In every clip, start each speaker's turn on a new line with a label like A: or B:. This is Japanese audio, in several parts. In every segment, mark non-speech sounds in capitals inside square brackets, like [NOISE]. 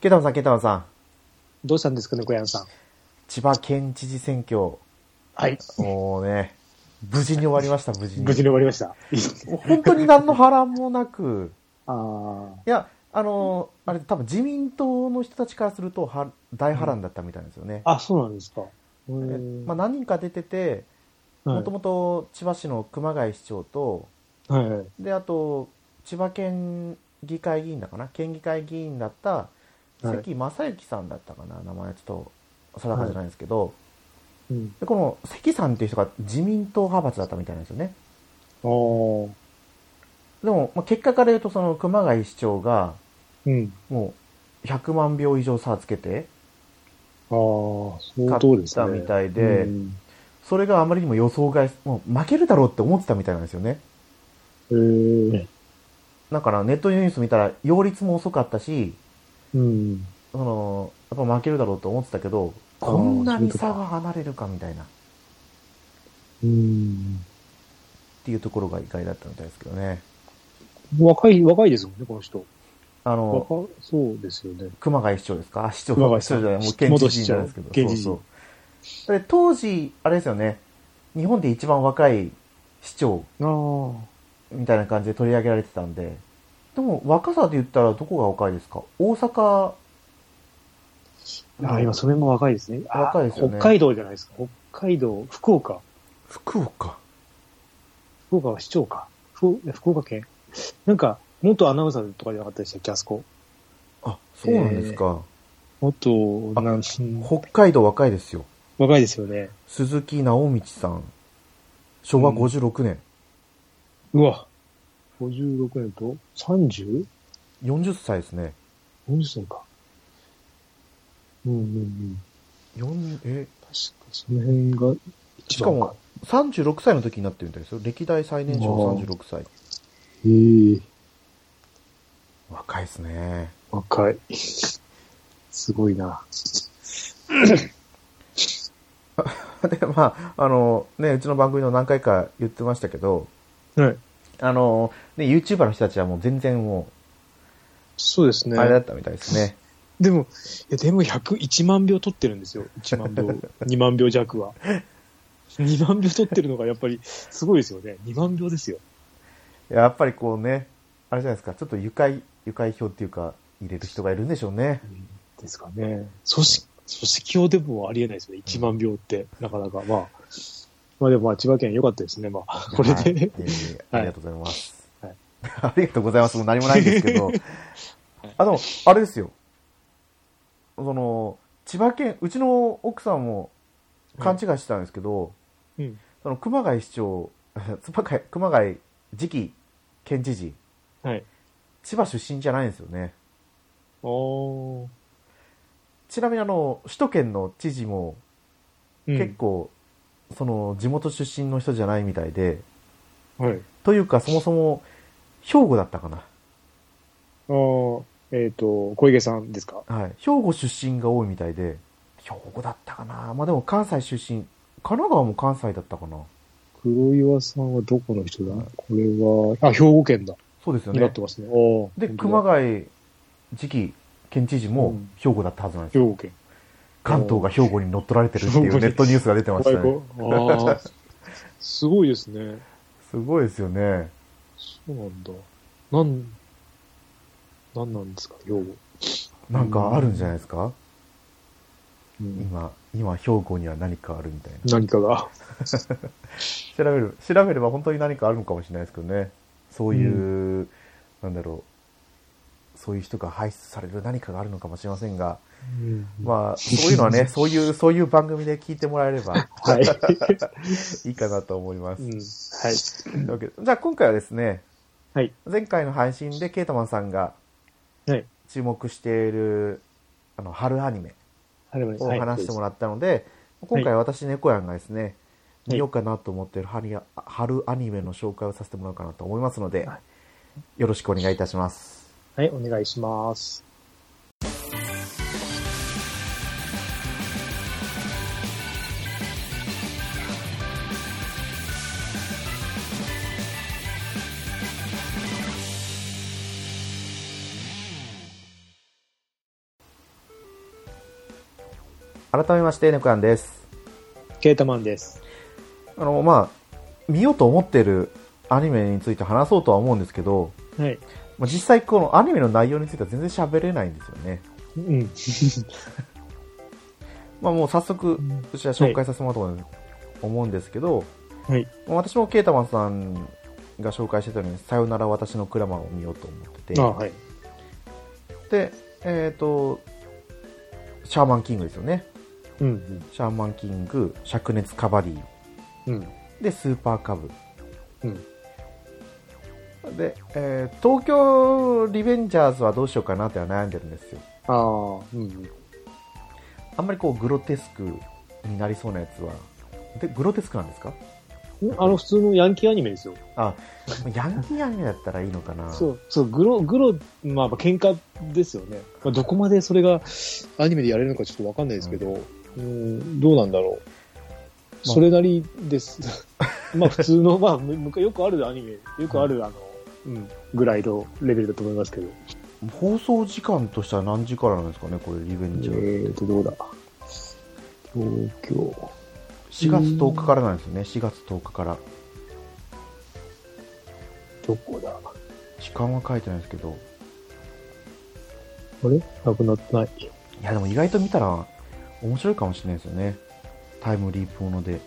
A: ケタマンさん、ケタマンさん。
B: どうしたんですかね、小山さん。
A: 千葉県知事選挙。
B: はい。
A: もうね、無事に終わりま
B: [LAUGHS]
A: した、無事に。
B: 無事に終わり
A: [LAUGHS]
B: ました。
A: 本当に何の波乱もなく。
B: ああ。
A: いや、あの、あれ、多分自民党の人たちからすると、は大波乱だったみたいなんですよね。
B: あ、そうなんですか。う
A: え
B: ん
A: まあ、何人か出てて、もともと千葉市の熊谷市長と、
B: はいはい。
A: で、あと、千葉県議会議員だかな県議会議員だった
B: はい
A: 関正幸さんだったかな、名前ちょっと定かじゃないんですけど、
B: うん。
A: でこの関さんっていう人が自民党派閥だったみたいなんですよね。
B: おー
A: でも、まあ、結果から言うと、その熊谷市長が、
B: うん。
A: もう100万票以上差つけて、
B: ああ、相当ですね。
A: 勝ったみたいで
B: うん
A: それがあまりにも予想外、もう負けるだろうって思ってたみたいなんですよね。
B: えー
A: だからネットニュース見たら、擁立も遅かったし、
B: うん。
A: その、やっぱ負けるだろうと思ってたけど、
B: あー
A: こんなに差が離れるかみたいな、っ
B: うん。
A: ていうところが意外だったみたいですけどね。
B: 若い、若いですもんね、この人。
A: あの、
B: 若、そうですよね。
A: 熊谷市長ですかあ市長
B: 熊谷市
A: 市長
B: 長
A: じゃない、もう県
B: 元
A: 知
B: 市
A: 事
B: 長
A: なんですけど。
B: 県知事
A: そうそうで当時、あれですよね、日本で一番若い市長
B: ああ。
A: みたいな感じで取り上げられてたんで、でも若さで言ったらどこが若いですか大阪、
B: あ今、それも若いですね。あ
A: 若いですよね
B: 北海道じゃないですか。北海道、福岡。
A: 福岡。
B: 福岡は市長か。福福岡県なんか、元アナウンサーとかじゃなかったでしたっけ、あそこ。
A: あ、そうなんですか。
B: 元、
A: あ
B: なん
A: 北海道若いですよ。
B: 若いですよね。
A: 鈴木直道さん。昭和
B: うん
A: 56年。
B: うわ。56年と 30?40
A: 40歳ですね。
B: 歳か。うんうんうん。
A: 4え、
B: 確かその辺が一番
A: しかも36歳の時になってるみたいですよ。歴代最年少36歳。
B: ええ
A: 若いですね。
B: 若い。すごいな。
A: [LAUGHS] で、まあ、あの、ね、うちの番組の何回か言ってましたけど、
B: はい。
A: あの、ね、YouTuber の人たちはもう全然も
B: そうです
A: う、
B: ね。
A: あれだったみたいですね。
B: でも、いやでも100、1万秒取ってるんですよ。1万 [LAUGHS] 秒、2万秒弱は。2万秒取ってるのがやっぱりすごいですよね。2万秒ですよ。
A: やっぱりこうね、あれじゃないですか、ちょっと愉快、愉快票っていうか、入れる人がいるんでしょうね。
B: ですかね。組織、組織用でもありえないですよね。1万秒って、なかなか。まあ、まあでもまあ千葉県良かったですね。まあ、これ
A: はい
B: で。
A: えーありがとうございます。
B: はい
A: [LAUGHS] ありがとうございます。もう何もないんですけ
B: [LAUGHS]
A: ど。あ、でも、あれですよ。その、千葉県、うちの奥さんも勘違いしてたんですけど、
B: [LAUGHS] うん。
A: その熊谷市長、 [LAUGHS] 熊谷、熊谷次期県知事、
B: はい。
A: 千葉出身じゃないんですよね。
B: おー。
A: ちなみにあの、首都圏の知事も
B: うん
A: 結構、その地元出身の人じゃないみたいで、
B: はい。
A: というかそもそも兵庫だったかな。
B: あーえっ、と、小池さんですか
A: はい。兵庫出身が多いみたいで、兵庫だったかな。まあでも関西出身、神奈川も関西だったかな。
B: 黒岩さんはどこの人だこれは、あ、兵庫県だ。
A: そうですよ
B: になっ
A: ね
B: て。ますね。お
A: で、熊
B: 谷。
A: 谷次期県知事
B: う
A: も
B: ん
A: 兵庫だったはずなんです
B: 兵
A: よ。
B: 庫県。
A: 関東が兵庫に乗っ取られてるってい
B: 兵庫
A: う
B: に
A: ネットニュースが出てましたね。
B: ああ。すごいですね。
A: すごいですよね。
B: そうなんだ。なん、なんなんですか、用語。
A: なんかあるんじゃないですか、
B: うん、
A: 今、今兵庫には何かあるみたいな。
B: 何かが。
A: 調べる、調べれば本当に何かあるのかもしれないですけどね。そういう、なんだろう。そういう人が輩出される何かがあるのかもしれませんが、
B: ま
A: まあ、そういうのは
B: [LAUGHS]
A: ね、そういう、そういう番組で聞いてもらえれば [LAUGHS]
B: あ、 [LAUGHS] はい。
A: いいかなと思います。
B: うん、はい。
A: というわけでじゃあ今回はですね、
B: はい。
A: 前回の配信でケイタマンさんが
B: はい。
A: 注目している、あの、春アニメ
B: はいはい
A: を
B: はい
A: 話してもらったので、今回私、猫やんがですね、見ようかなと思っている春や春アニメの紹介をさせてもらおうかなと思いますので、
B: はい
A: よろしくお願いいたします。
B: はい、お願いします。
A: 改めまして、ネクアンです。
B: ケータマンです。
A: あの、まあ、見ようと思ってるアニメについて話そうとは思うんですけど、
B: はい。
A: まあ、実際このアニメの内容については全然喋れないんですよね。
B: うん。
A: まあもう早速、こちら紹介させてもらおうと思うんですけど、
B: はい。
A: まあ私もケータマンさんが紹介してたように、さよなら私のクラマンを見ようと思ってて、
B: あはい。
A: で、えっ、と、シャーマンキングですよね。
B: うん。
A: シャーマンキング、灼熱カバディ、
B: うん。うん。
A: で、スーパーカブ。
B: うん。
A: で、えー東京リベンジャーズはどうしようかなっては悩んでるんですよ。
B: ああ、うん。
A: あんまりこう、グロテスクになりそうなやつは。で、グロテスクなんですか
B: あの、普通のヤンキーアニメですよ。
A: あ、ヤンキーアニメだったらいいのかな。
B: そう、そう、グロ、グロ、まあ、まあ喧嘩ですよね。まあ、どこまでそれがアニメでやれるのかちょっとわかんないですけど、うん、どうなんだろ
A: ま
B: う。
A: あ
B: それなりです。 [LAUGHS] まあ、普通の、まあ、むむよくあるアニメ、よくある、あの、うん、ぐらいのレベルだと思いますけど。
A: 放送時間としては何時からなんですかね、これ、リベ
B: え
A: ンジャーズ。
B: ーと、どうだ。東京。
A: 4月10日からなんですよね、4月10日から。
B: どこだ
A: 時間は書いてないですけど。
B: あれなくなってない。
A: いや、でも意外と見たら面白いかもしれないですよね。タイムリープもので。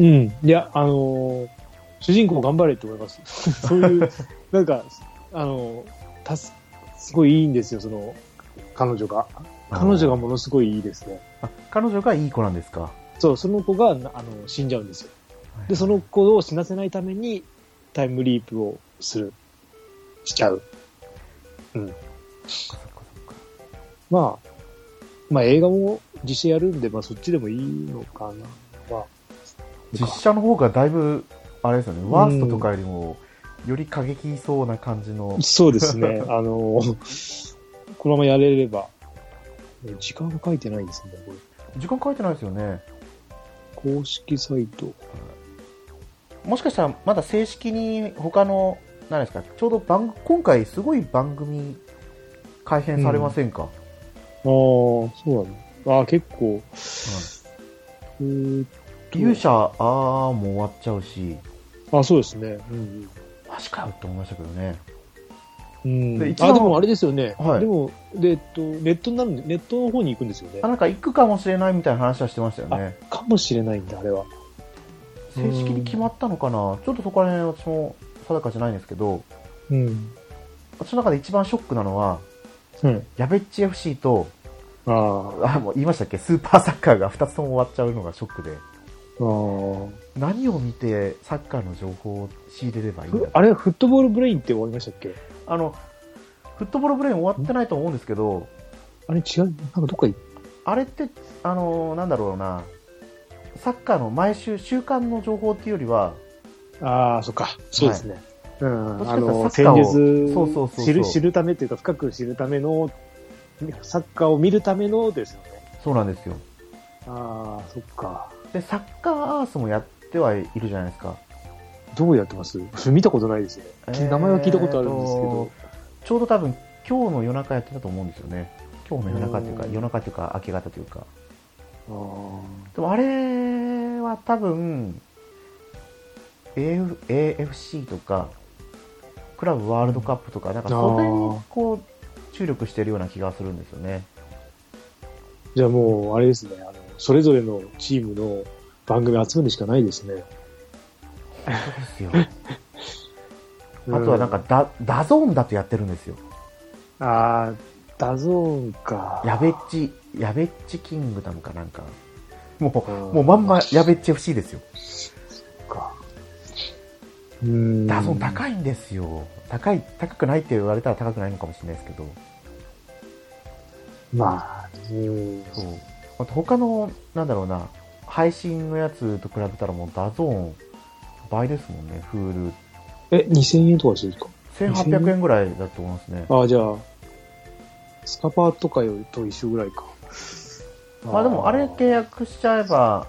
B: うん。いや、あのー主人公頑張れって思います。 [LAUGHS] そういう、なんか、あのーたす、すごいいいんですよ、その、彼女が。彼女がものすごいいいですね。
A: あ彼女がいい子なんですか。
B: そう、その子が、なあの、死んじゃうんですよ。で、その子を死なせないために、タイムリープをする。しちゃう。
A: そっかそっかそっか
B: まあ、まあ映画も実写やるんで、まあそっちでもいいのかな。まあ、
A: 実写の方がだいぶ、あれですよね、ワーストと
B: う
A: かよりも、より過激そうな感じの。
B: そうですね。あの、このままやれれば。時間が書いてないんですね、こ
A: 時間書いてないですよね。
B: れ。公式サイト。
A: もしかしたら、まだ正式に他の、何ですか、ちょうど番、今回すごい番組、改編されませんか、
B: ああ、そうなの。ああ、結構。えーっと
A: 勇者、あー、もう終わっちゃうし、
B: あそうですね。うん
A: マジかよって思いましたけどね。
B: うん。う
A: で
B: ん、
A: 一番
B: あ、でもあれですよね。
A: はい
B: でも、で、えっと、ネットになるんで、ネットの方に行くんですよね
A: あ。なんか行くかもしれないみたいな話はしてましたよね。
B: かもしれないんだ、あれは。
A: 正式に決まったのかなちょっとそこら辺私も定かじゃないんですけど、
B: うん。
A: 私の中で一番ショックなのは、
B: うん。
A: やべっち FC と、
B: ああ、あ
A: あ、もう言いましたっけスーパーサッカーが2つとも終わっちゃうのがショックで。
B: あ。
A: 何を見てサッカーの情報を仕入れればいいんだ
B: あれはフットボールブレインって終わりましたっけ
A: あの、フットボールブレイン終わってないと思うんですけど、
B: あれ違う、なんかどっか行っ
A: あれって、あの、なんだろうな、サッカーの毎週、週間の情報っていうよりは、
B: ああ、そっか。そうですね。
A: どっ
B: うん。
A: ちか
B: あ
A: というとサッ
B: の、
A: カ
B: 戦
A: ーを
B: 術
A: そうそうそうそう
B: 知る、知るためというか、深く知るための、サッカーを見るためのですよね。
A: そうなんですよ。
B: ああ、そっか。
A: で、サッカーアースもやってはいるじゃないですか。
B: どうやってます見たことないですよね。名前は聞いたことあるんですけど。
A: えーと。ちょうど多分、今日の夜中やってたと思うんですよね。今日の夜中っていうか、
B: うん
A: 夜中っていうか、明け方というか。
B: あ
A: でもあれは多分、AF AFC とか、クラブワールドカップとか、なんかその辺にこう、注力してるような気がするんですよね。
B: ーじゃあもう、あれですね。あの、それぞれのチームの番組集めるしかないですね。
A: そうですよ。[LAUGHS]
B: う
A: あとはなんか、ダ、ダゾーンだとやってるんですよ。
B: ああ、ダゾーンか。
A: やべっち、やべっちキングダムかなんか。もう、
B: うん
A: もうまんまやべっち FC ですよ。
B: か。うーん。
A: ダゾーン高いんですよ。高い、高くないって言われたら高くないのかもしれないですけど。
B: まあ、うん。
A: そう。あと他の、なんだろうな、配信のやつと比べたらもうダゾーン倍ですもんね、フール。
B: え、2000円とかするんですか
A: 1800円ぐらいだと思いますね。
B: ああ、じゃあ、スカパーとかよりと一緒ぐらいか。
A: まあでもあれ契
B: ー
A: 約しちゃえば、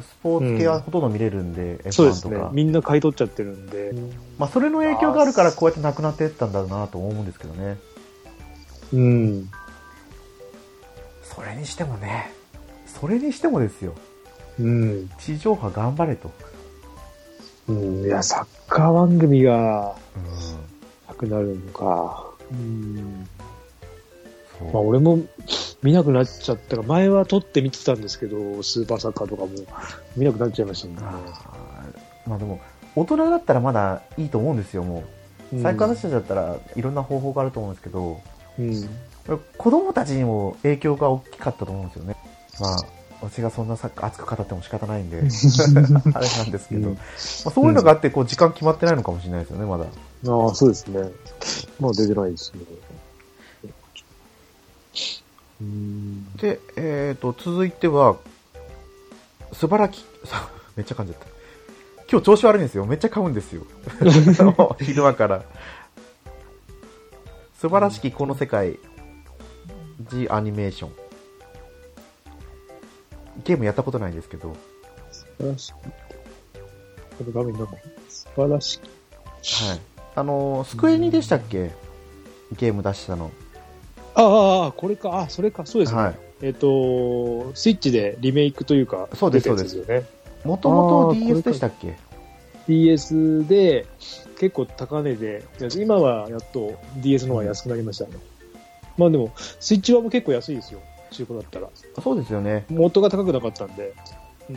A: スポーツ系はほとんど見れるんで、F1
B: そうです
A: と
B: ね
A: か。。
B: みんな買い取っちゃってるんで。
A: まあそれの影響があるからこうやってなくなっていったんだろうなと思うんですけどね。
B: うん。
A: それにしてもね、それにしてもですよ、
B: うん。
A: 地上波頑張れと。
B: うん。いや、サッカー番組が
A: うん。
B: なくなるのか。うん。まあ、
A: そう。
B: 俺も見なくなっちゃったから、前は撮って見てたんですけど、スーパーサッカーとかも見なくなっちゃいましたね。
A: あーまあでも、大人だったらまだいいと思うんですよ、も
B: う
A: う。
B: ん
A: 最高達だったらいろんな方法があると思うんですけど、
B: うん。
A: 子供たちにも影響が大きかったと思うんですよね。まあ、私がそんなサッカー熱く語っても仕方 [LAUGHS] ないんで、あれなんですけど、
B: うん
A: まあ、そういうのがあって、こう、時間決まってないのかもしれないですよね、まだ。
B: ああ、そうですね。まあ出てないですね。うーん。
A: で、えっ、と、続いては、素晴らき、 [LAUGHS] さめっちゃ噛んじゃった。今日調子悪いんですよ。めっちゃ噛むんですよ。昼間から。素晴らしきこの世界、G アニメーション。ゲームやったことないんですけど、
B: 素晴らしい。この画面なんか、素晴らしい。
A: はい。あのー、スクエニでしたっけゲーム出したの。
B: ああああ、これか。あ、それか。そうですね。
A: はい。
B: えっ、と、スイッチでリメイクというか、
A: そうです
B: 出たやつよね。
A: もともと
B: あーこれ
A: DS
B: か
A: でしたっけ
B: DS で、結構高値で、やつ今はやっと DS の方が安くなりましたね。まあでも、スイッチはもう結構安いですよ。中古だったら。
A: そうですよね。
B: 元が高くなかったんで。うん。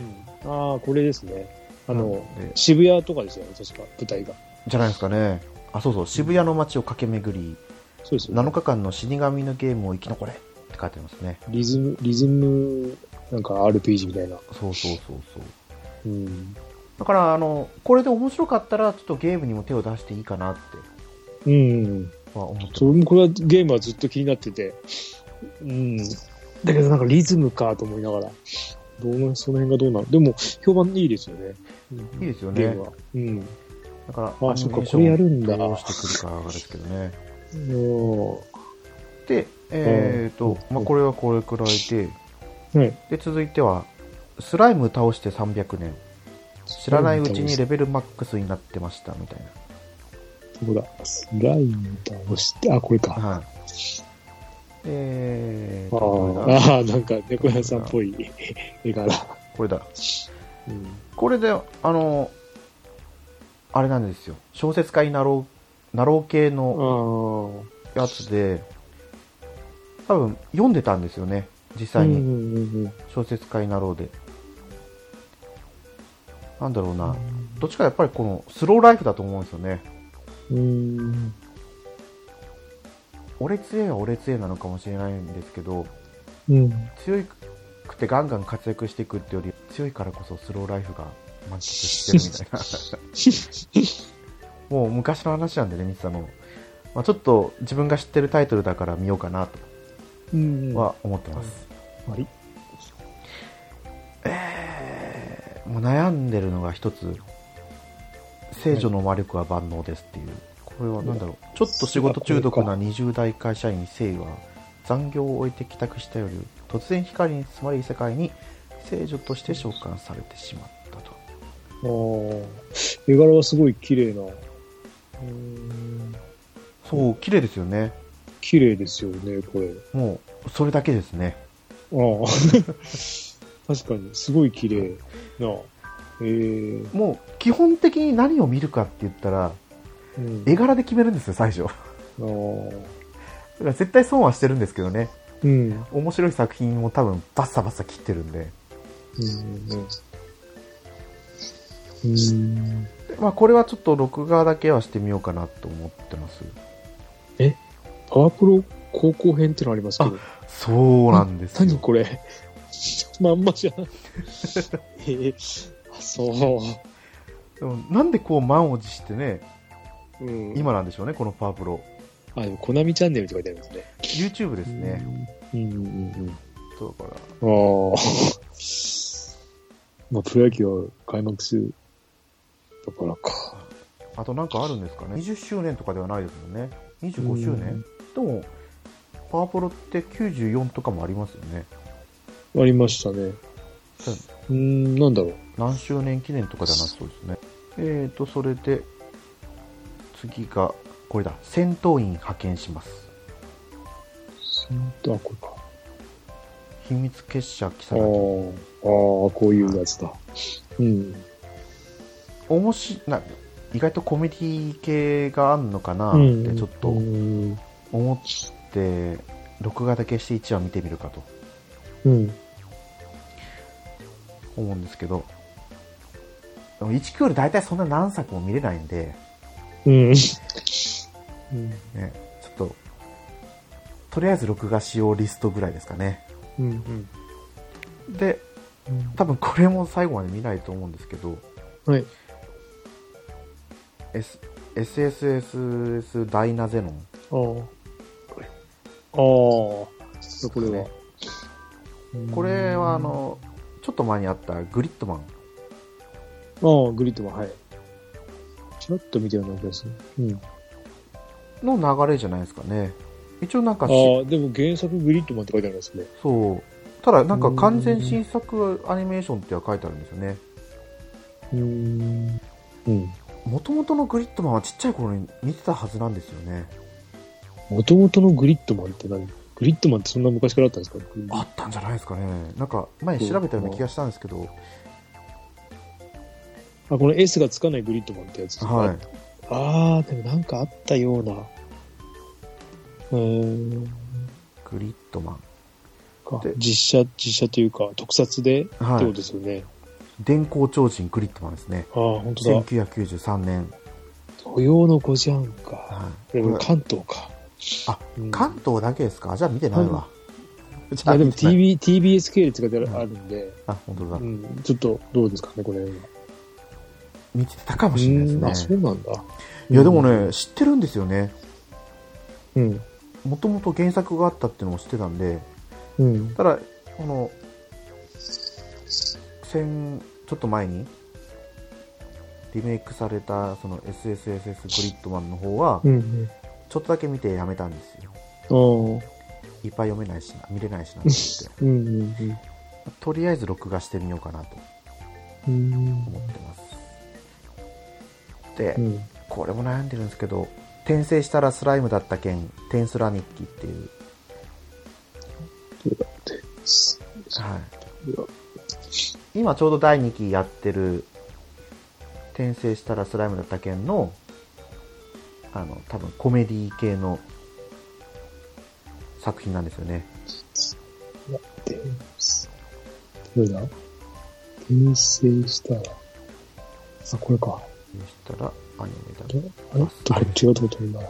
B: ああ、これですね。あの、
A: で
B: 渋谷とかですよね、確か、舞台が。
A: じゃないですかね。あ、そうそう、渋谷の街を駆け巡り、
B: そうですよ、
A: 7
B: ね。
A: 日間の死神のゲームを生き残れって書いてますね。
B: リズム、リズム、なんか RPG みたいな。
A: そうそうそうそう。
B: うん。
A: だから、あの、これで面白かったら、ちょっとゲームにも手を出していいかなって
B: うん。
A: は思って
B: それもこれはゲームはずっと気になってて。うん。だけどなんかリズムかと思いながら。どうな、その辺がどうなのでも、評判いいですよね。うん
A: いいですよ
B: ゲー
A: ね
B: ム。は。うん。
A: だから、
B: あそっかこれやるんだ
A: どうしてくるかですけどね。
B: も
A: で、えっ、と、まあ、これはこれくらいで、
B: う、はい。
A: で、続いては、スライム倒して300年。知らないうちにレベルマックスになってました、みたい
B: どこだスライム倒して、あ、これか。
A: な。はい。えーと、
B: あ
A: これだ。
B: ーあー、なんか猫屋さんっぽい絵柄。
A: これだ。
B: うん
A: これで、あの、あれなんですよ。小説家になろう、なろう系
B: あ
A: の
B: ー
A: やつで、多分読んでたんですよね。実際
B: う
A: に。
B: んうんうん
A: 小説家になろうで。なんだろう
B: う
A: な。
B: ん
A: どっちかやっぱりこのスローライフだと思うんですよね。
B: うん
A: 俺強いは俺強いなのかもしれないんですけど、 [LAUGHS]
B: うん
A: 強くてガンガン活躍していくってより強いからこそスローライフが満喫してるみたい
B: [LAUGHS]
A: なもう昔の話なんでねミツさんの、まあ、ちょっと自分が知ってるタイトルだから見ようかな
B: うん
A: とは思ってます、
B: はい
A: えーもう悩んでるのが一つ「聖女の魔力は万能です」っていうこれは何だろうちょっと仕事中毒な20代会社員聖は残業を終えて帰宅した夜突然光に包まれる世界に聖女として召喚されてしまったと
B: あー絵柄はすごい綺麗なうん
A: そう綺麗ですよね
B: 綺麗ですよねこれ
A: もうそれだけですね
B: ああ [LAUGHS] 確かにすごい綺麗なえー
A: もう基本的に何を見るかって言ったら
B: うん
A: 絵柄で決めるんですよ最初 [LAUGHS] だか
B: あー
A: ら絶対損はしてるんですけどね
B: うんうん
A: 面白い作品を多分バッサバッサ切ってるんで
B: うんうん
A: でまあこれはちょっと録画だけはしてみようかなと思ってます
B: パワープロ高校編ってのありますけど
A: そうなんです
B: 何
A: よ
B: これ [LAUGHS] まんまじゃん。 [LAUGHS] えーあ、そう。
A: でもなんでこう満を持してね
B: うん、
A: 今なんでしょうねこのパワープロ
B: あ、でも、コナミチャンネルって書いてありますね。
A: YouTube ですね。
B: うんうん
A: そうだから
B: うん。ああ。 [LAUGHS] まあ、プロ野球は開幕するだからか。
A: あとなんかあるんですかね20周年とかではないですもんね25周年でもパワープロって94とかもありますよね
B: ありましたね。うん、なんだろう。
A: 何周年記念とかじゃなさそうですねえーとそれで次がこれだ戦闘員派遣します
B: そんとあ、これか。
A: 秘密結社キサ
B: あーあ
A: ラギ
B: ー、こういうやつだ。うん。
A: 面白いな意外とコメディ系があんのかな
B: う
A: っ
B: ん
A: てちょっと
B: うん。
A: 思って録画だけして1話見てみるかと
B: うん。
A: 思うんですけどでも1クール大体そんな何作も見れないんで、
B: うん。
A: ね、ちょっととりあえず録画使用リストぐらいですかね
B: うん。
A: で多分これも最後まで見ないと思うんですけど、
B: はい。
A: S、SSSS ダイナゼノン
B: ああ。ああ。これは。
A: これはあ、のちょっと前にあったグリッドマン
B: ああ、グリッドは、はい。ちょっと見たような気がする。うん。
A: の流れじゃないですかね一応なん
B: あ
A: か
B: あ
A: し、
B: でも原作グリッドマンって書いてありますね。
A: そうただなんか完全新作アニメーションっては書いてあるんですよね
B: うん。うん。
A: もともとのグリッドマンはちっちゃい頃に見てたはずなんですよね
B: もともとのグリッドマンって何グリッドマンってそんな昔からあったんですか
A: あったんじゃないですかねなんか前調べたような気がしたんですけど、
B: あ、この S がつかないグリッドマンってやつですか
A: はい、
B: ああ、でもなんかあったような。うーん。
A: グリッドマン
B: か
A: で
B: 実写、実写というか、特撮でって
A: は
B: こと
A: い
B: ですよね。
A: 電光超人グリッドマンですね
B: ああ、本当だ。
A: 1993年、
B: 土曜の5時半か。
A: はい
B: でも関東か。
A: あ
B: うん、
A: 関東だけですかじゃあ見てないわ、じ
B: あでも
A: 見てない
B: TV、TBS 系列が出る
A: うん
B: あるんで、
A: あ本当だ、
B: うん、ちょっとどうですかね、これ。
A: 見てたかもしれないです
B: うん
A: ね
B: あ、そうなんだ。
A: いやでもね、知ってるんですよね。
B: うん。
A: もともと原作があったっていうのも知ってたんで、
B: うん。
A: ただ、この、先、ちょっと前に、リメイクされた、その SSSS グリッドマンの方は
B: う、ん。
A: ちょっとだけ見てやめたんですよ。
B: うん。ああ。
A: いっぱい読めないしな、見れないしなと思っ
B: うんうんうん。
A: て、とりあえず録画してみようかなと
B: うん
A: 思ってます。で
B: う、ん。
A: これも悩んでるんですけど、転生したらスライムだった件、転スラ日記っていう、
B: どうだって。
A: はい。
B: うわ
A: 今ちょうど第2期やってる「転生したらスライムだった件の」あの多分コメディ系の作品なんですよね
B: で、どれだ転生したら、あ、これか。
A: そしたらアニメだ
B: あれあれちょっと違うとこ飛んだな。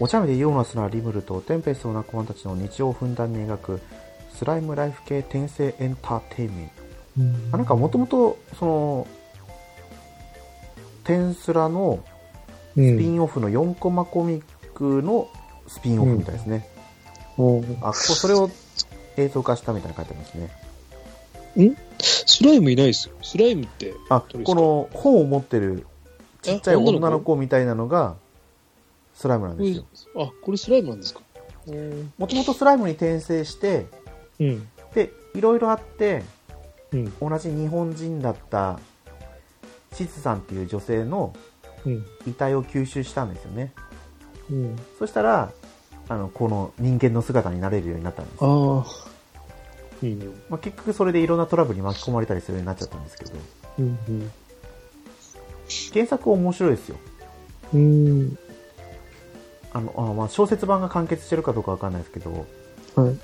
A: お茶目でユーモラスなリムルとテンペストの仲間たちの日常をふんだんに描くスライムライフ系転生エンターテインメント
B: うん
A: あなんかもともとそのテンスラのスピンオフの4コマコミックのスピンオフみたいですね、
B: うん
A: あ、ここそれを映像化したみたいなの書いてありますね。
B: スライムいないですよ。スライムって、
A: あ、
B: どれですか
A: この本を持ってるちっちゃい
B: え女の子
A: 女の子みたいなのがスライムなんですよ。
B: あ、これスライムなんですか
A: もともとスライムに転生して、
B: うん。
A: で、いろいろあって、
B: うん
A: 同じ日本人だったシズさんっていう女性の
B: うん。
A: 遺体を吸収したんですよね。
B: うん。
A: そしたら、あの、この人間の姿になれるようになったんです。
B: ああ。うん。
A: まあ、結局それでいろんなトラブルに巻き込まれたりするようになっちゃったんですけど、
B: うん。
A: 原作面白いですよ。
B: うん。
A: あのあまあ小説版が完結してるかどうかわかんないですけど
B: はい。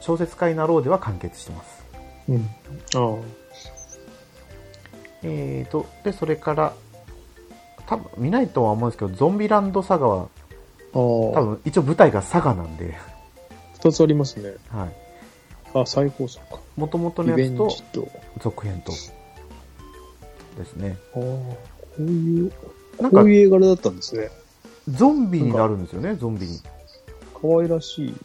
A: 小説家になろうでは完結してます
B: うん。ああ。
A: えーとでそれから多分見ないとは思うんですけどゾンビランドサガは
B: ああ。多
A: 多分一応舞台がサガなんで、 [LAUGHS]
B: 二つありますね。
A: はい、
B: あ、最高作か。
A: 元々
B: リ
A: の
B: ベ
A: や
B: ン
A: つ
B: ジ
A: と
B: と。
A: 続編とですね
B: ああ。こういう、
A: なん
B: こ
A: か
B: ういう映画だったんですね。
A: ゾンビになるんですよねゾンビに
B: 可愛らしい。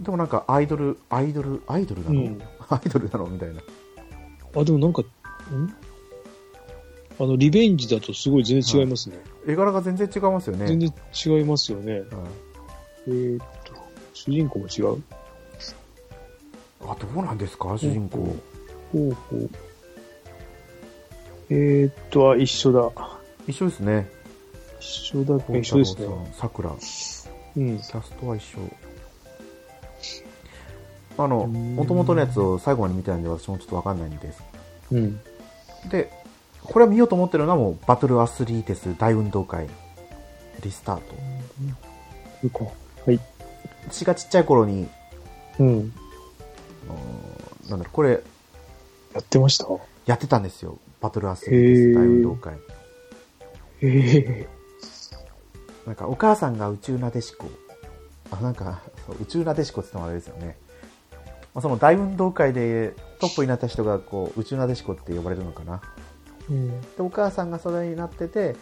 A: でもなんかアイドルアイドルアイドルなの、
B: うん
A: [LAUGHS] アイドルなのみたいな
B: あ、でもなんか、んあの、リベンジだとすごい全然違いますね。
A: 絵柄が全然違いますよね、
B: 全然違いますよね。
A: はい
B: えーっと、主人公も違う
A: あどうなんですか主人公、
B: ほうほう。えーっと、あ、一緒だ。
A: 一緒ですね
B: 一緒だけど、一緒ですね。
A: さくら
B: うん。
A: キャストは一緒。あの、
B: うん
A: 元々のやつを最後まで見てないんで、私もちょっとわかんないんです。
B: うん。
A: で、これを見ようと思ってるのはもう、バトルアスリーテス大運動会、リスタート。
B: 行こう。はい。
A: 私がちっちゃい頃に、
B: うん。
A: あのーなんだろう、これ、
B: やってました
A: やってたんですよ。バトルアスリーテス大運動会。
B: ええ
A: なんか、お母さんが宇宙なでしこ。あ、なんか、そう宇宙なでしこって言ってもあれですよね。まあ、その大運動会でトップになった人が、こう、宇宙なでしこって呼ばれるのかな。
B: うん。
A: で、お母さんがそれになってて、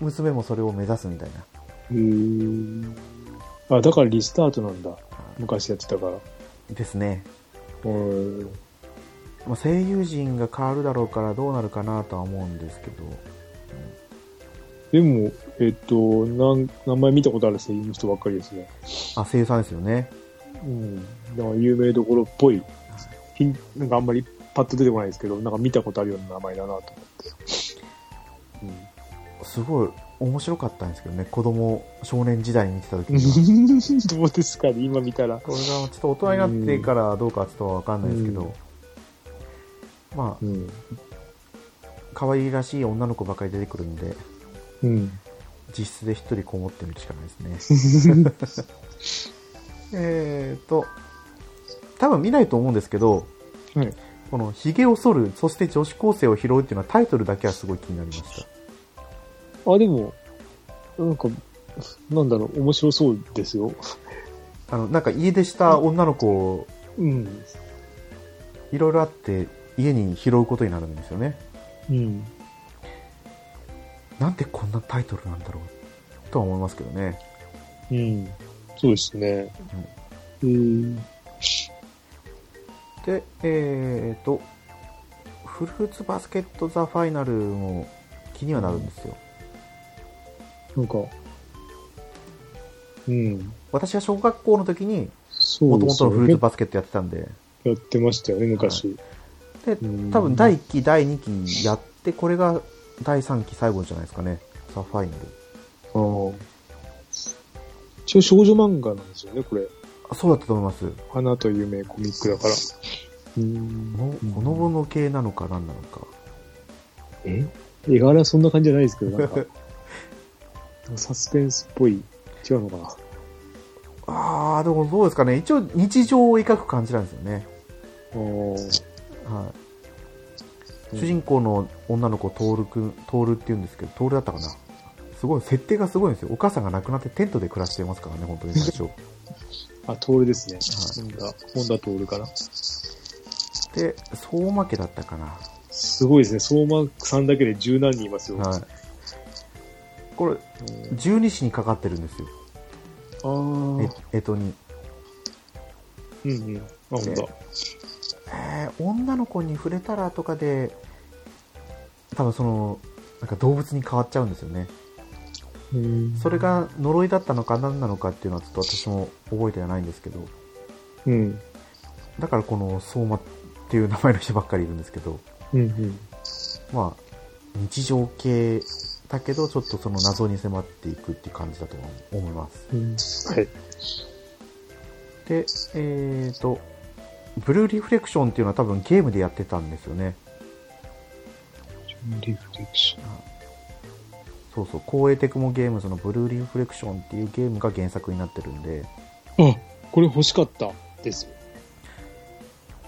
A: 娘もそれを目指すみたいな。
B: えーあ、だからリスタートなんだ。昔やってたから。
A: ですね。
B: うん。
A: まあ、声優陣が変わるだろうからどうなるかなとは思うんですけど、
B: でも、えっと、なん名前見たことある声優の人ばっかりですね。
A: あ、声優さんですよね。
B: うん。だから有名どころっぽい。ひんなんかあんまりパッと出てこないですけど、なんか見たことあるような名前だなと思って。
A: すごい面白かったんですけどね、子供、少年時代に見てた時
B: う
A: には。
B: ん。 [LAUGHS] どうですかね、今見たら。
A: これがちょっと大人になってからどうかちょっとわかんないですけど、まあ、
B: ん。
A: 可愛らしい女の子ばかり出てくるんで、
B: うん。
A: 実質で一人こもってみるしかないですね。
B: [LAUGHS]
A: えーと、多分見ないと思うんですけど、
B: [LAUGHS] はい
A: この、髭を剃る、そして女子高生を拾うっていうのはタイトルだけはすごい気になりました。
B: あ、でも、なんか、なんだろう、面白そうですよ。
A: あの、なんか家出した女の子を
B: うん。
A: いろいろあって家に拾うことになるんですよね。
B: うん。
A: なんでこんなタイトルなんだろうとは思いますけどね。
B: うん。そうですね。うん。
A: で、えーと、フルーツバスケットザファイナルも気にはなるんですよ。
B: なんか、うん。
A: 私が小学校の時に
B: そう
A: 元
B: で
A: 々
B: すよ
A: の
B: ね
A: フルーツバスケットやってたんで、
B: やってましたよね、昔。
A: で、
B: うん
A: 多分第1期、第2期やって、これが第3期最後じゃないですかね。ザファイナル。
B: ああ。一応少女漫画なんですよね、これ。
A: あそうだったと思います。
B: 花という名コミックだから。うん
A: のほのぼの系なのか何なのか。
B: え絵柄そんな感じじゃないですけど、な
A: [LAUGHS]
B: んか。サスペンスっぽい。違うのかな。
A: ああ、でもどうですかね。一応日常を描く感じなんですよね。
B: お
A: はい。
B: うん
A: 主人公の女の子、トールくん、トールって言うんですけど、トールだったかな。すごい、設定がすごいんですよ。お母さんが亡くなってテントで暮らしていますからね、本当に最初。
B: [LAUGHS] あ、トールですね。
A: は
B: 本田、本田トールかな。
A: で、相馬家だったかな。
B: すごいですね。相馬さんだけで十何人いますよ。
A: はい。これ、
B: うん
A: 十二支にかかってるんですよ。
B: あー
A: え、えとに。
B: うんうん。あ、本当だ。
A: えー女の子に触れたらとかで、多分その、なんか動物に変わっちゃうんですよね。それが呪いだったのか何なのかっていうのはちょっと私も覚えてはないんですけど、
B: うん。
A: だからこの相馬っていう名前の人ばっかりいるんですけど、
B: うんうん。
A: まあ、日常系だけど、ちょっとその謎に迫っていくっていう感じだとは思います。
B: うんはい。
A: で、えーと、ブルーリフレクションっていうのは多分ゲームでやってたんですよね。
B: リフレクション。
A: そうそう、光栄テクモゲームズのブルーリフレクションっていうゲームが原作になってるんで、
B: あ、これ欲しかったです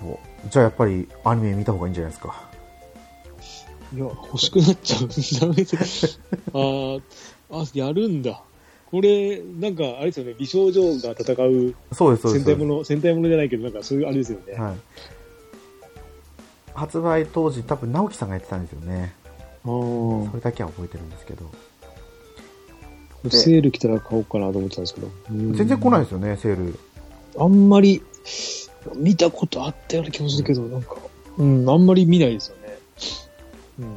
B: よ。
A: おじゃあやっぱりアニメ見た方がいいんじゃないですか。
B: いや、欲しくなっちゃ
A: [LAUGHS]
B: う。ダメだ。あーあ、やるんだ。これ、なんか、あれですよね、美少女が戦う
A: そうです、そうで
B: 戦
A: す。
B: 隊もの、戦隊ものじゃないけど、なんかそういうあれですよね。
A: はい、発売当時多分直樹さんがやってたんですよね
B: あー
A: それだけは覚えてるんですけど
B: セール来たら買おうかなと思ってたんですけど。
A: 全然来ない
B: い。
A: ですよねセール
B: あんまり、見たことあったような気もするけど、なんか、うん、あんまり見ないですよね。うん。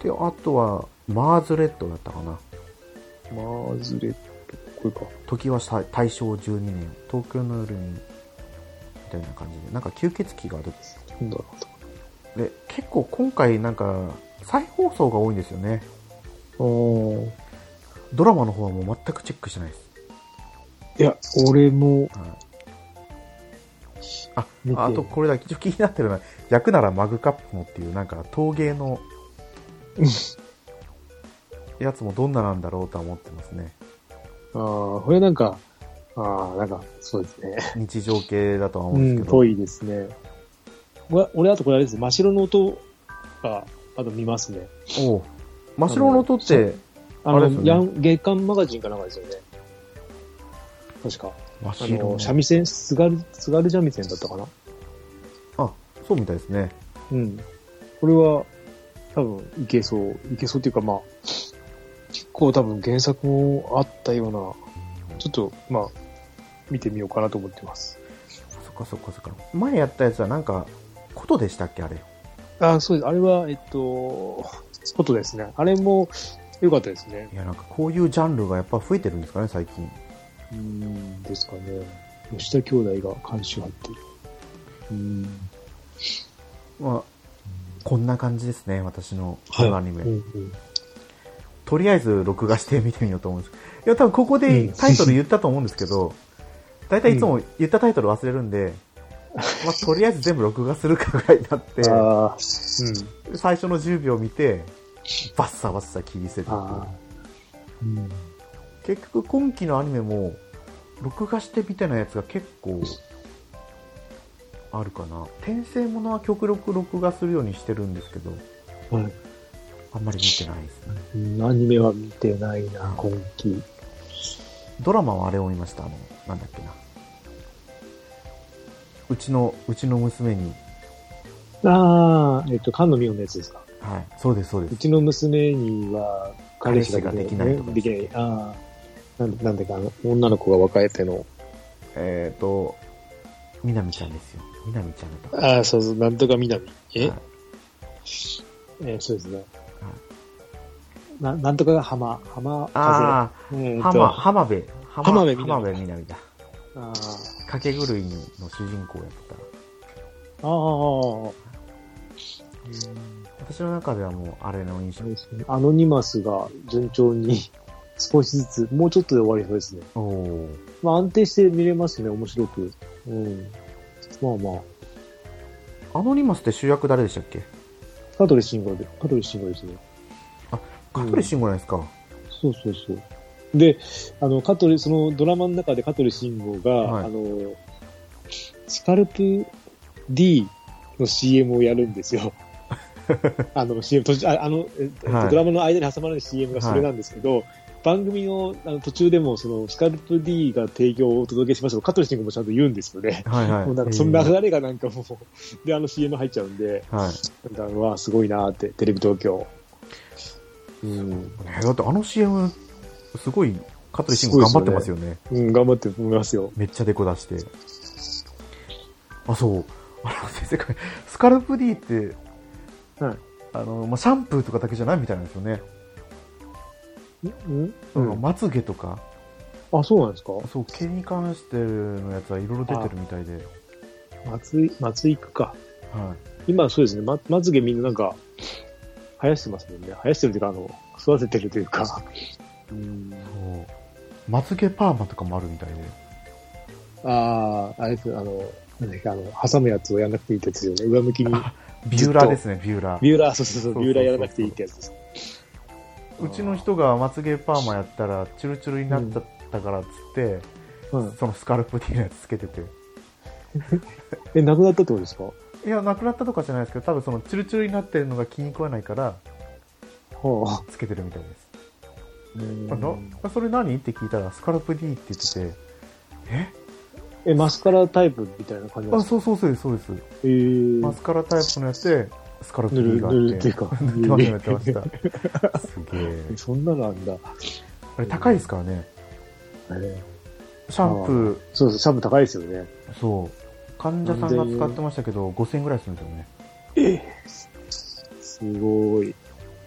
A: であとはマーズレッドだったかな
B: マーズレット、これか。
A: 時はさ大正12年東京の夜にみたいな感じでなんか吸血鬼がある
B: なんだろ
A: で結構今回なんか再放送が多いんですよね
B: う。あ
A: ドラマの方はもう全くチェックしてないです、
B: あ。いや、俺も
A: はあ
B: 見て
A: あとこれだけちょっと気になってるのは焼くならマグカップもっていうなんか陶芸の
B: うん
A: やつもどんななんだろうとは思ってますね
B: ああ、これなんか、ああ、なんか、そうですね。
A: 日常系だとは思
B: う
A: うんで
B: ん、
A: すけど、
B: ぽいですね。わ俺、あとこれあれですね、真っ白の音が、あと見ますね。
A: おう真っ白の音って
B: あ
A: あ
B: の、
A: れですよね
B: やん月刊マガジンかなんかですよね。確か。
A: 真っ
B: あ
A: 白
B: の、
A: の
B: 三味線、津軽、津軽三味線だったかな。
A: あそうみたいですね
B: うん。これは、多分、いけそう。いけそうっていうか、まあ、結構多分原作もあったような、ちょっと、まあ、見てみようかなと思ってます。
A: そっかそっかそっか前やったやつはなんか琴でしたっけあれ
B: あ、そうです。あれは、えっと、スポットですね。あれも、良かったですね。
A: いやなんかこういうジャンルがやっぱ増えてるんですかね最近
B: うん、ですかね。吉田兄弟が監修入ってる。うん。
A: まあこんな感じですね私のこのアニメ、
B: うんうん
A: とりあえず録画して見てみようと思うんですいや多分ここでタイトル言ったと思うんですけど大体いつも言ったタイトル忘れるんで、まあ、とりあえず全部録画するかぐらいになって
B: ああ、
A: 最初の10秒見てバッサバッサ切り捨てて
B: うん。ああ。うん。
A: 結局今期のアニメも録画してみたいなやつが結構あるかな転生ものは極力録画するようにしてるんですけど
B: はい
A: あんまり見てないですね
B: うんアニメは見てないな、今季。
A: ドラマはあれを見ましたあのなんだっけなうちのうちの娘に
B: ああ、えっと、菅野美穂のやつですか。
A: はいそうですそうで
B: う
A: す
B: ちの娘には、彼氏ができない。
A: 彼氏が
B: で
A: で
B: き
A: き
B: な
A: ないい。
B: ああ。なんなんでか、あの女の子が若いっての。
A: えっ、ー、とみなみちゃんですよみなみちゃんだった
B: ああ、そうそう、なんとかみなみ。え、
A: はい
B: えーそうですね。ななんとかが浜、浜風。
A: あ
B: えー
A: あ
B: と
A: 浜浜辺浜
B: 浜辺美波
A: 浜辺みなみだ
B: あ
A: かけ狂いの主人公やった
B: ーあ
A: 私の中ではもうあれの印
B: ー、あ
A: 象
B: れですね。アノニマスが順調に [LAUGHS] 少しずつ、もうちょっとで終わりそうですね。
A: おお
B: まあ安定して見れますね、面白く。うん。まあまあ。
A: アノニマスって主役誰でしたっけ
B: 香取慎吾で、香取慎吾ですね。
A: 香取慎吾なんですか、
B: そうそうそう。で、あの、香取、そのドラマの中で香取慎吾が、
A: はい
B: あの、スカルプ D の CM をやるんで
A: [LAUGHS]
B: すよ。あの、CM 途中、ああの、えっと
A: はい
B: ドラマの間に挟まれる CM がそれなんですけど、番組のあの途中でも、その、スカルプ D が提供をお届けしましたと、香取慎吾もちゃんと言うんですよね。
A: はいはい
B: もうなんかその流れがなんかもう、で、あの CM 入っちゃうんで、
A: えーはい
B: なんか、わあすごいなーって、テレビ東京。うん。
A: ねだってあの CM すごい香取慎吾頑張ってますよね
B: うん、頑張って思いますよ。
A: めっちゃデコ出してあそう [LAUGHS] あの先生これスカルプ D って、
B: はい
A: あのまあ、シャンプーとかだけじゃないみたいなんですよね、
B: うん、
A: なんかまつげとか
B: あ、そうなんですか
A: そう毛に関してのやつはいろいろ出てるみたいで、
B: 松井、松井区か。
A: は
B: 今そうですね、ま、まつげみんななんか、生やしてますもんね。生やしてるというか、あの、育ててるというか。うん
A: い、そうまつげパーマとかもあるみたいで
B: ああ、あれです、あの、なんだっけ、あの、挟むやつをやらなくていいってやつですよね。上向きに。
A: あビューラーですねビューラー
B: ビューラー、そうそうそう、
A: そうそうそう
B: ビューラーやらなくていいってやつです。
A: うちの人がまつげパーマやったらチュルチュルになっちゃったからっつって、
B: うん。
A: そのスカルプ D のやつつけてて
B: え、なくなったってことですかはい
A: やなくなったとかじゃないですけど多分そのチュルチュルになってるのが気に食わないから
B: あ。
A: つけてるみたいです
B: うん
A: あなそれ何って聞いたらスカルプ D って言っててえ
B: え、マスカラタイプみたいな感じなん
A: あ
B: ですか
A: そうそうそうですそうです、
B: えー
A: マスカラタイプのやつでスカルプ
B: ぬ
A: D
B: る、
A: があ
B: ぬる
A: [LAUGHS] っ
B: ってい
A: て
B: うか。
A: 塗ってました塗ってました
B: [LAUGHS]
A: すげえ
B: えそんなのあんだ。
A: あれ高いですからね
B: えー
A: シャンプ
B: そうそう、シャンプー高いですよね。
A: ーそう患者さんが使ってましたけど5000円ぐらいするんですよね
B: すごい。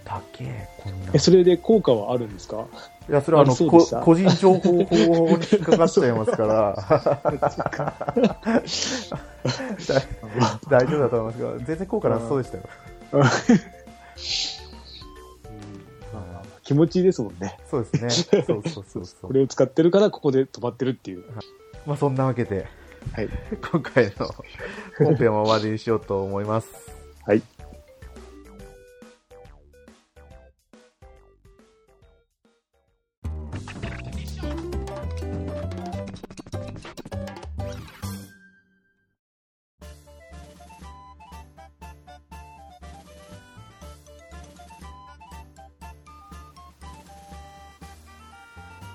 A: 高えこんな
B: え、それで効果はあるんですか
A: いやそれはあの
B: あそうで
A: こ
B: した
A: 個人情報法に引っかかっちゃいますから
B: [LAUGHS]
A: 大丈夫だと思いますけど全然効果なさそうでしたよ
B: 気持ちいいですもんね。
A: そうですねそうそうそうそ
B: こ
A: う
B: れを使ってるから、ここで止まってるっていう。
A: まあそんなわけで
B: はい。
A: 今回の本編は終わりにしようと思います。
B: はい。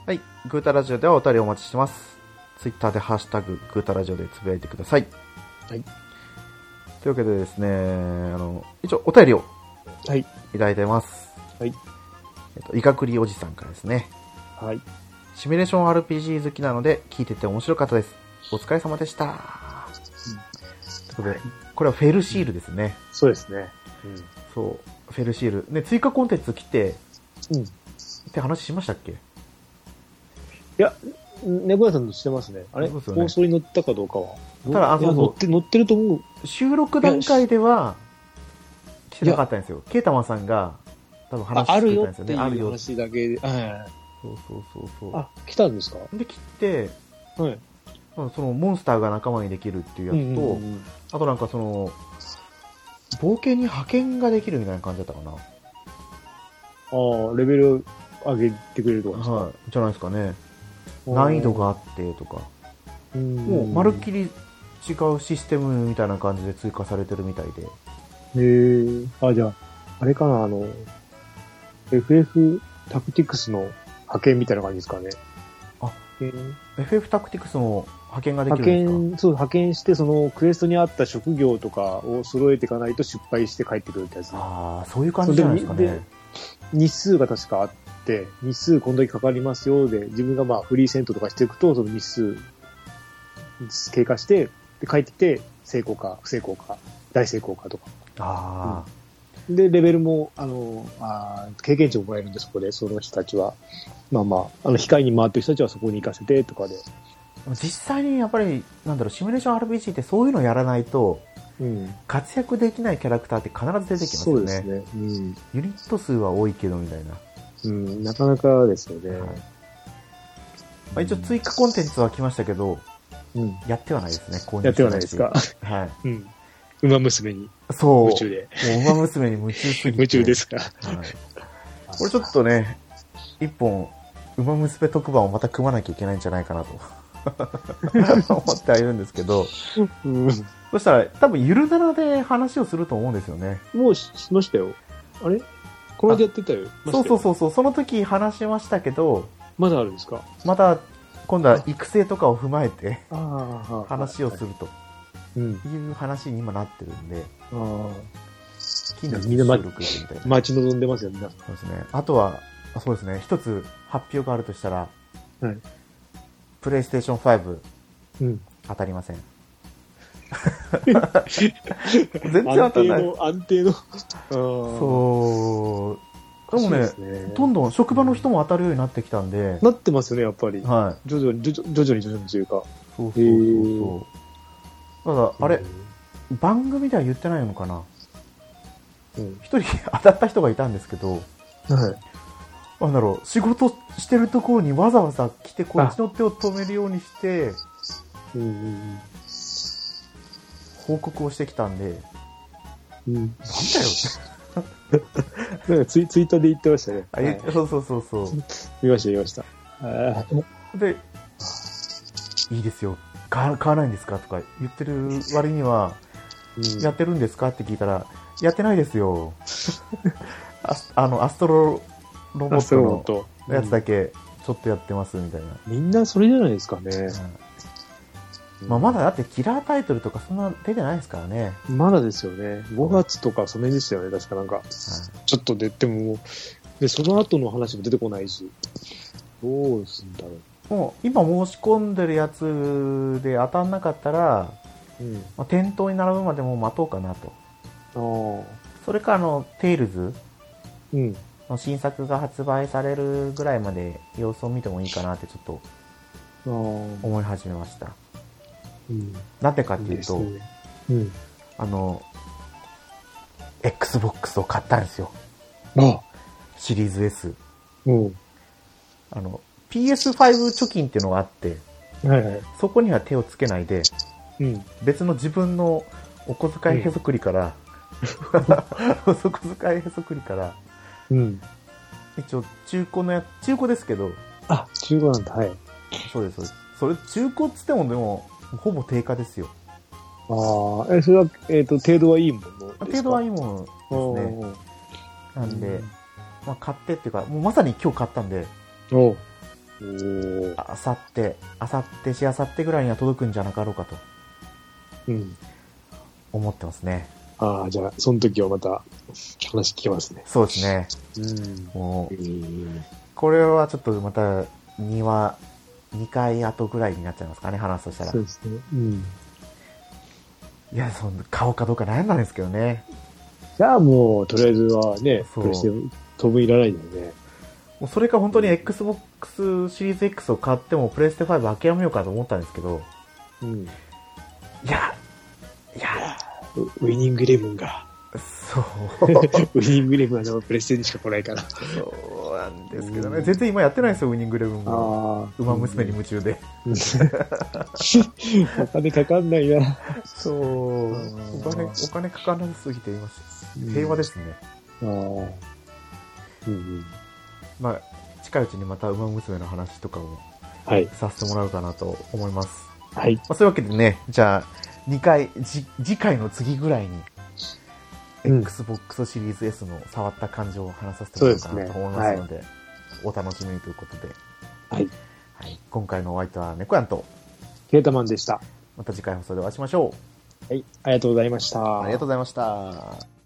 A: はい。グータラジオではお便りお待ちしてます。ツイッターでハッシュタグ、グータラジオでつぶやいてください。
B: はい。
A: というわけでですね、あの、一応お便りを
B: はい。
A: いただいてます。
B: はい。
A: えっと、イカクリおじさんからですね。
B: はい。
A: シミュレーション RPG 好きなので、聞いてて面白かったです。お疲れ様でした。ということで、これはフェルシールですね。
B: そうですね。うん。
A: そう、フェルシール。ね、追加コンテンツ来て、
B: うん。
A: って話しましたっけ
B: いや、猫屋さんとしてますね。あれ、
A: そうですよね
B: 放送に乗ったかどうかは。
A: ただあ
B: いや
A: そうそう
B: 乗って、乗ってると思う。
A: 収録段階では、来てなかったんですよ。ケータマンさんが、多分
B: あ
A: 話して
B: ある
A: くれ
B: よ
A: たんです
B: っ
A: よ
B: てい
A: ね。
B: う
A: あるよ。
B: 話だけで。はいはいはい
A: そうそうそうそ
B: あ、来たんですか
A: う。で、来て、
B: はい。
A: うんそのモンスターが仲間にできるっていうやつと、
B: うんうんうん
A: あとなんかその、冒険に派遣ができるみたいな感じだったかな。
B: ああ、レベル上げてくれるとかですか
A: はい。じゃないですかね。難易度があってとか。もう、まるっきり違うシステムみたいな感じで追加されてるみたいで。
B: へえ。あ、じゃあ、あれかな、あの、FF タクティクスの派遣みたいな感じですかね。
A: あ
B: えー
A: FF タクティクスも派遣ができ
B: 派
A: るんで
B: 遣、そう、派遣して、その、クエストに合った職業とかを揃えていかないと失敗して帰ってくるってやつ
A: す。かああ、そういう感じじゃないですか
B: そう
A: ね
B: で。日数が確かあって、日数こんだけかかりますよで、自分がまあフリーセントとかしていくと、その日数経過して、で帰ってきて、成功か、不成功か、大成功かとか。
A: あ
B: で、レベルも、あの、あー経験値をもらえるんで、そこで、その人たちは。まあまあ、あの、控えに回ってる人たちはそこに行かせて、とかで。
A: あ、実際にやっぱり、なんだろう、シミュレーション RPG ってそういうのやらないと、
B: うん。
A: 活躍できないキャラクターって必ず出てきます
B: そ
A: よ
B: う
A: ね。
B: ですね。うん。
A: ユニット数は多いけどみたいな。
B: うん、なかなかですよね。
A: はいまあ、一応追加コンテンツは来ましたけど、
B: うん。
A: やってはないですね、購入
B: やっ
A: して
B: ては
A: な
B: ない
A: い
B: で
A: し
B: すか。。
A: はい。
B: うん。馬娘に
A: そう。
B: 夢中で。
A: もう、馬娘に夢中すぎて。
B: 夢中で。すか。
A: はい、 [LAUGHS] これちょっとね、一本、馬娘特番をまた組まなきゃいけないんじゃないかなと [LAUGHS] 思ってはいるんですけど、
B: うん。
A: そしたら多分ゆるならで話をすると思うんですよね。
B: もうししましたよ。あれこの間やってたよ。
A: そうそう
B: う。
A: そうそう、その時話しましたけど、
B: まだあるんですか
A: また今度は育成とかを踏まえて
B: ああ、
A: 話をす
B: る。
A: ると
B: うん。
A: いう話に今なってるんで、
B: ああ。
A: 近日
B: みんな待
A: 収録みたいな。
B: 待ち望んでますよ、皆さ
A: そうですね。あとは、あそうですね、一つ発表があるとしたら、
B: ん。はい。
A: プレイステーション5
B: うん。
A: 当たり
B: [LAUGHS]
A: ません。全然当たんない。
B: 安定の、安定の。
A: そう。でもね、
B: ね
A: どんどん職場の人も当たるようになってきたんで、
B: なってますよね、やっぱり。
A: はい。
B: 徐々に、徐々に、徐々に、徐々にというか。
A: そう
B: へー
A: そうそう。ただ、あれ
B: う、。
A: 番組では言ってないのかなん一人 [LAUGHS] 当たった人がいたんですけど、
B: はい。
A: なんだろう、仕事してるところにわざわざ来て、こっちの手を止めるようにして、
B: うんうん
A: 報告をしてきたんで、なんだ
B: うん。うん。
A: よ。
B: なんかツイツイッターで言ってましたね。
A: あ言っ
B: はい
A: そうそうそうそう。
B: 見ました、見ました。あー
A: で、いいですよ、買わ買わないんですかとか言ってる割には、
B: うん
A: やってるんですかって聞いたら、やってないです [LAUGHS] よ。アスあの、アストロロボ
B: あ
A: ッ
B: そう本
A: ト
B: 当
A: のやつだけ、ちょっとやってますみたいな。
B: うんみんなそれじゃないですかね。
A: まあ、まだだってキラータイトルとかそんな出てないですからね。
B: まだですよね。5月とかその辺でしたよね、確かなんか。ちょっと出てももう、で、その後の話も出てこないし。どうすんだろ
A: もう、今申し込んでるやつで当たんなかったら、
B: う。うん。
A: まあ、店頭に並ぶまでもう待とうかなと。
B: ああ。
A: それか、あの、テイルズ
B: うん。
A: の新作が発売されるぐらいまで様子を見てもいいかなってちょっと
B: ああ。う
A: 思い始めました。
B: ん。
A: なんでかっていうと、
B: ね。うん。
A: あの、Xbox を買ったんですよ。
B: あ
A: シリーズ S。
B: うん。
A: あの、PS5 貯金っていうのがあって、
B: はいはい。
A: そこには手をつけないで、
B: うん。
A: 別の自分のお小遣いへそくりから、 [LAUGHS] お小遣いへそくりから、
B: うん。
A: 一応中古のや、中古ですけど、
B: あ、中古なんだ。はい。
A: そうです、そうです。それ中古っつってもでも、ほぼ定価ですよ。
B: ああ、え、それは、えっ、と、程度はいいものですか
A: 程度はい
B: い
A: いものですね。
B: ね。
A: なんで、まあ、買ってっていうか、もうまさに今日買ったんで、
B: おうおー
A: あさって、あさってしあさってぐらいには届くんじゃなかろうかと
B: うん。
A: 思ってますね。
B: ああ、じゃあ、その時はまた話聞きますね。
A: そうですね。
B: うん。
A: もう、
B: うん
A: これはちょっとまた、2は、2回後ぐらいになっちゃいますかね、話すとしたら
B: そ。うですね。うん。
A: いや、その買おうかどうか悩んだんですけどね。
B: じゃあもう、とりあえずはね、
A: そう
B: プレステ当分いらないんだよね。
A: もうそれか本当に Xbox シリーズ X を買っても、プレイステ5諦めようかと思ったんですけど、
B: うん。
A: いや、いや、
B: ウウィニングイレブ
A: [LAUGHS]
B: ンが、
A: そう、
B: ウィニングイレブンはでもプレステにしか来ないから。あ
A: そうなんですけど
B: う
A: ね。
B: ん
A: 全然今やってないですよ、ウィニングイレブンも。
B: あ。
A: 馬娘に夢中で。
B: うん。 [LAUGHS] お金かかんないな。
A: そう、お金、お金かからなすぎて今、平和ですね。
B: ああ。うんうん。
A: まあ、近いうちにまた馬娘の話とかを
B: はい。
A: させてもらうかなと思います。
B: はい。
A: まあ、そういうわけでね、じゃあ、2回、じ次回の次ぐらいに、
B: うん
A: Xbox シリーズ S の触った感情を話させてもらおうかなと思いますので、お楽しみにということで、
B: はい。
A: はい、今回のお相手は猫やんと、
B: ケータマンでした。
A: また次回放送でお会いしましょ
B: はい。ありがとうございました。
A: う。ありがとうございました。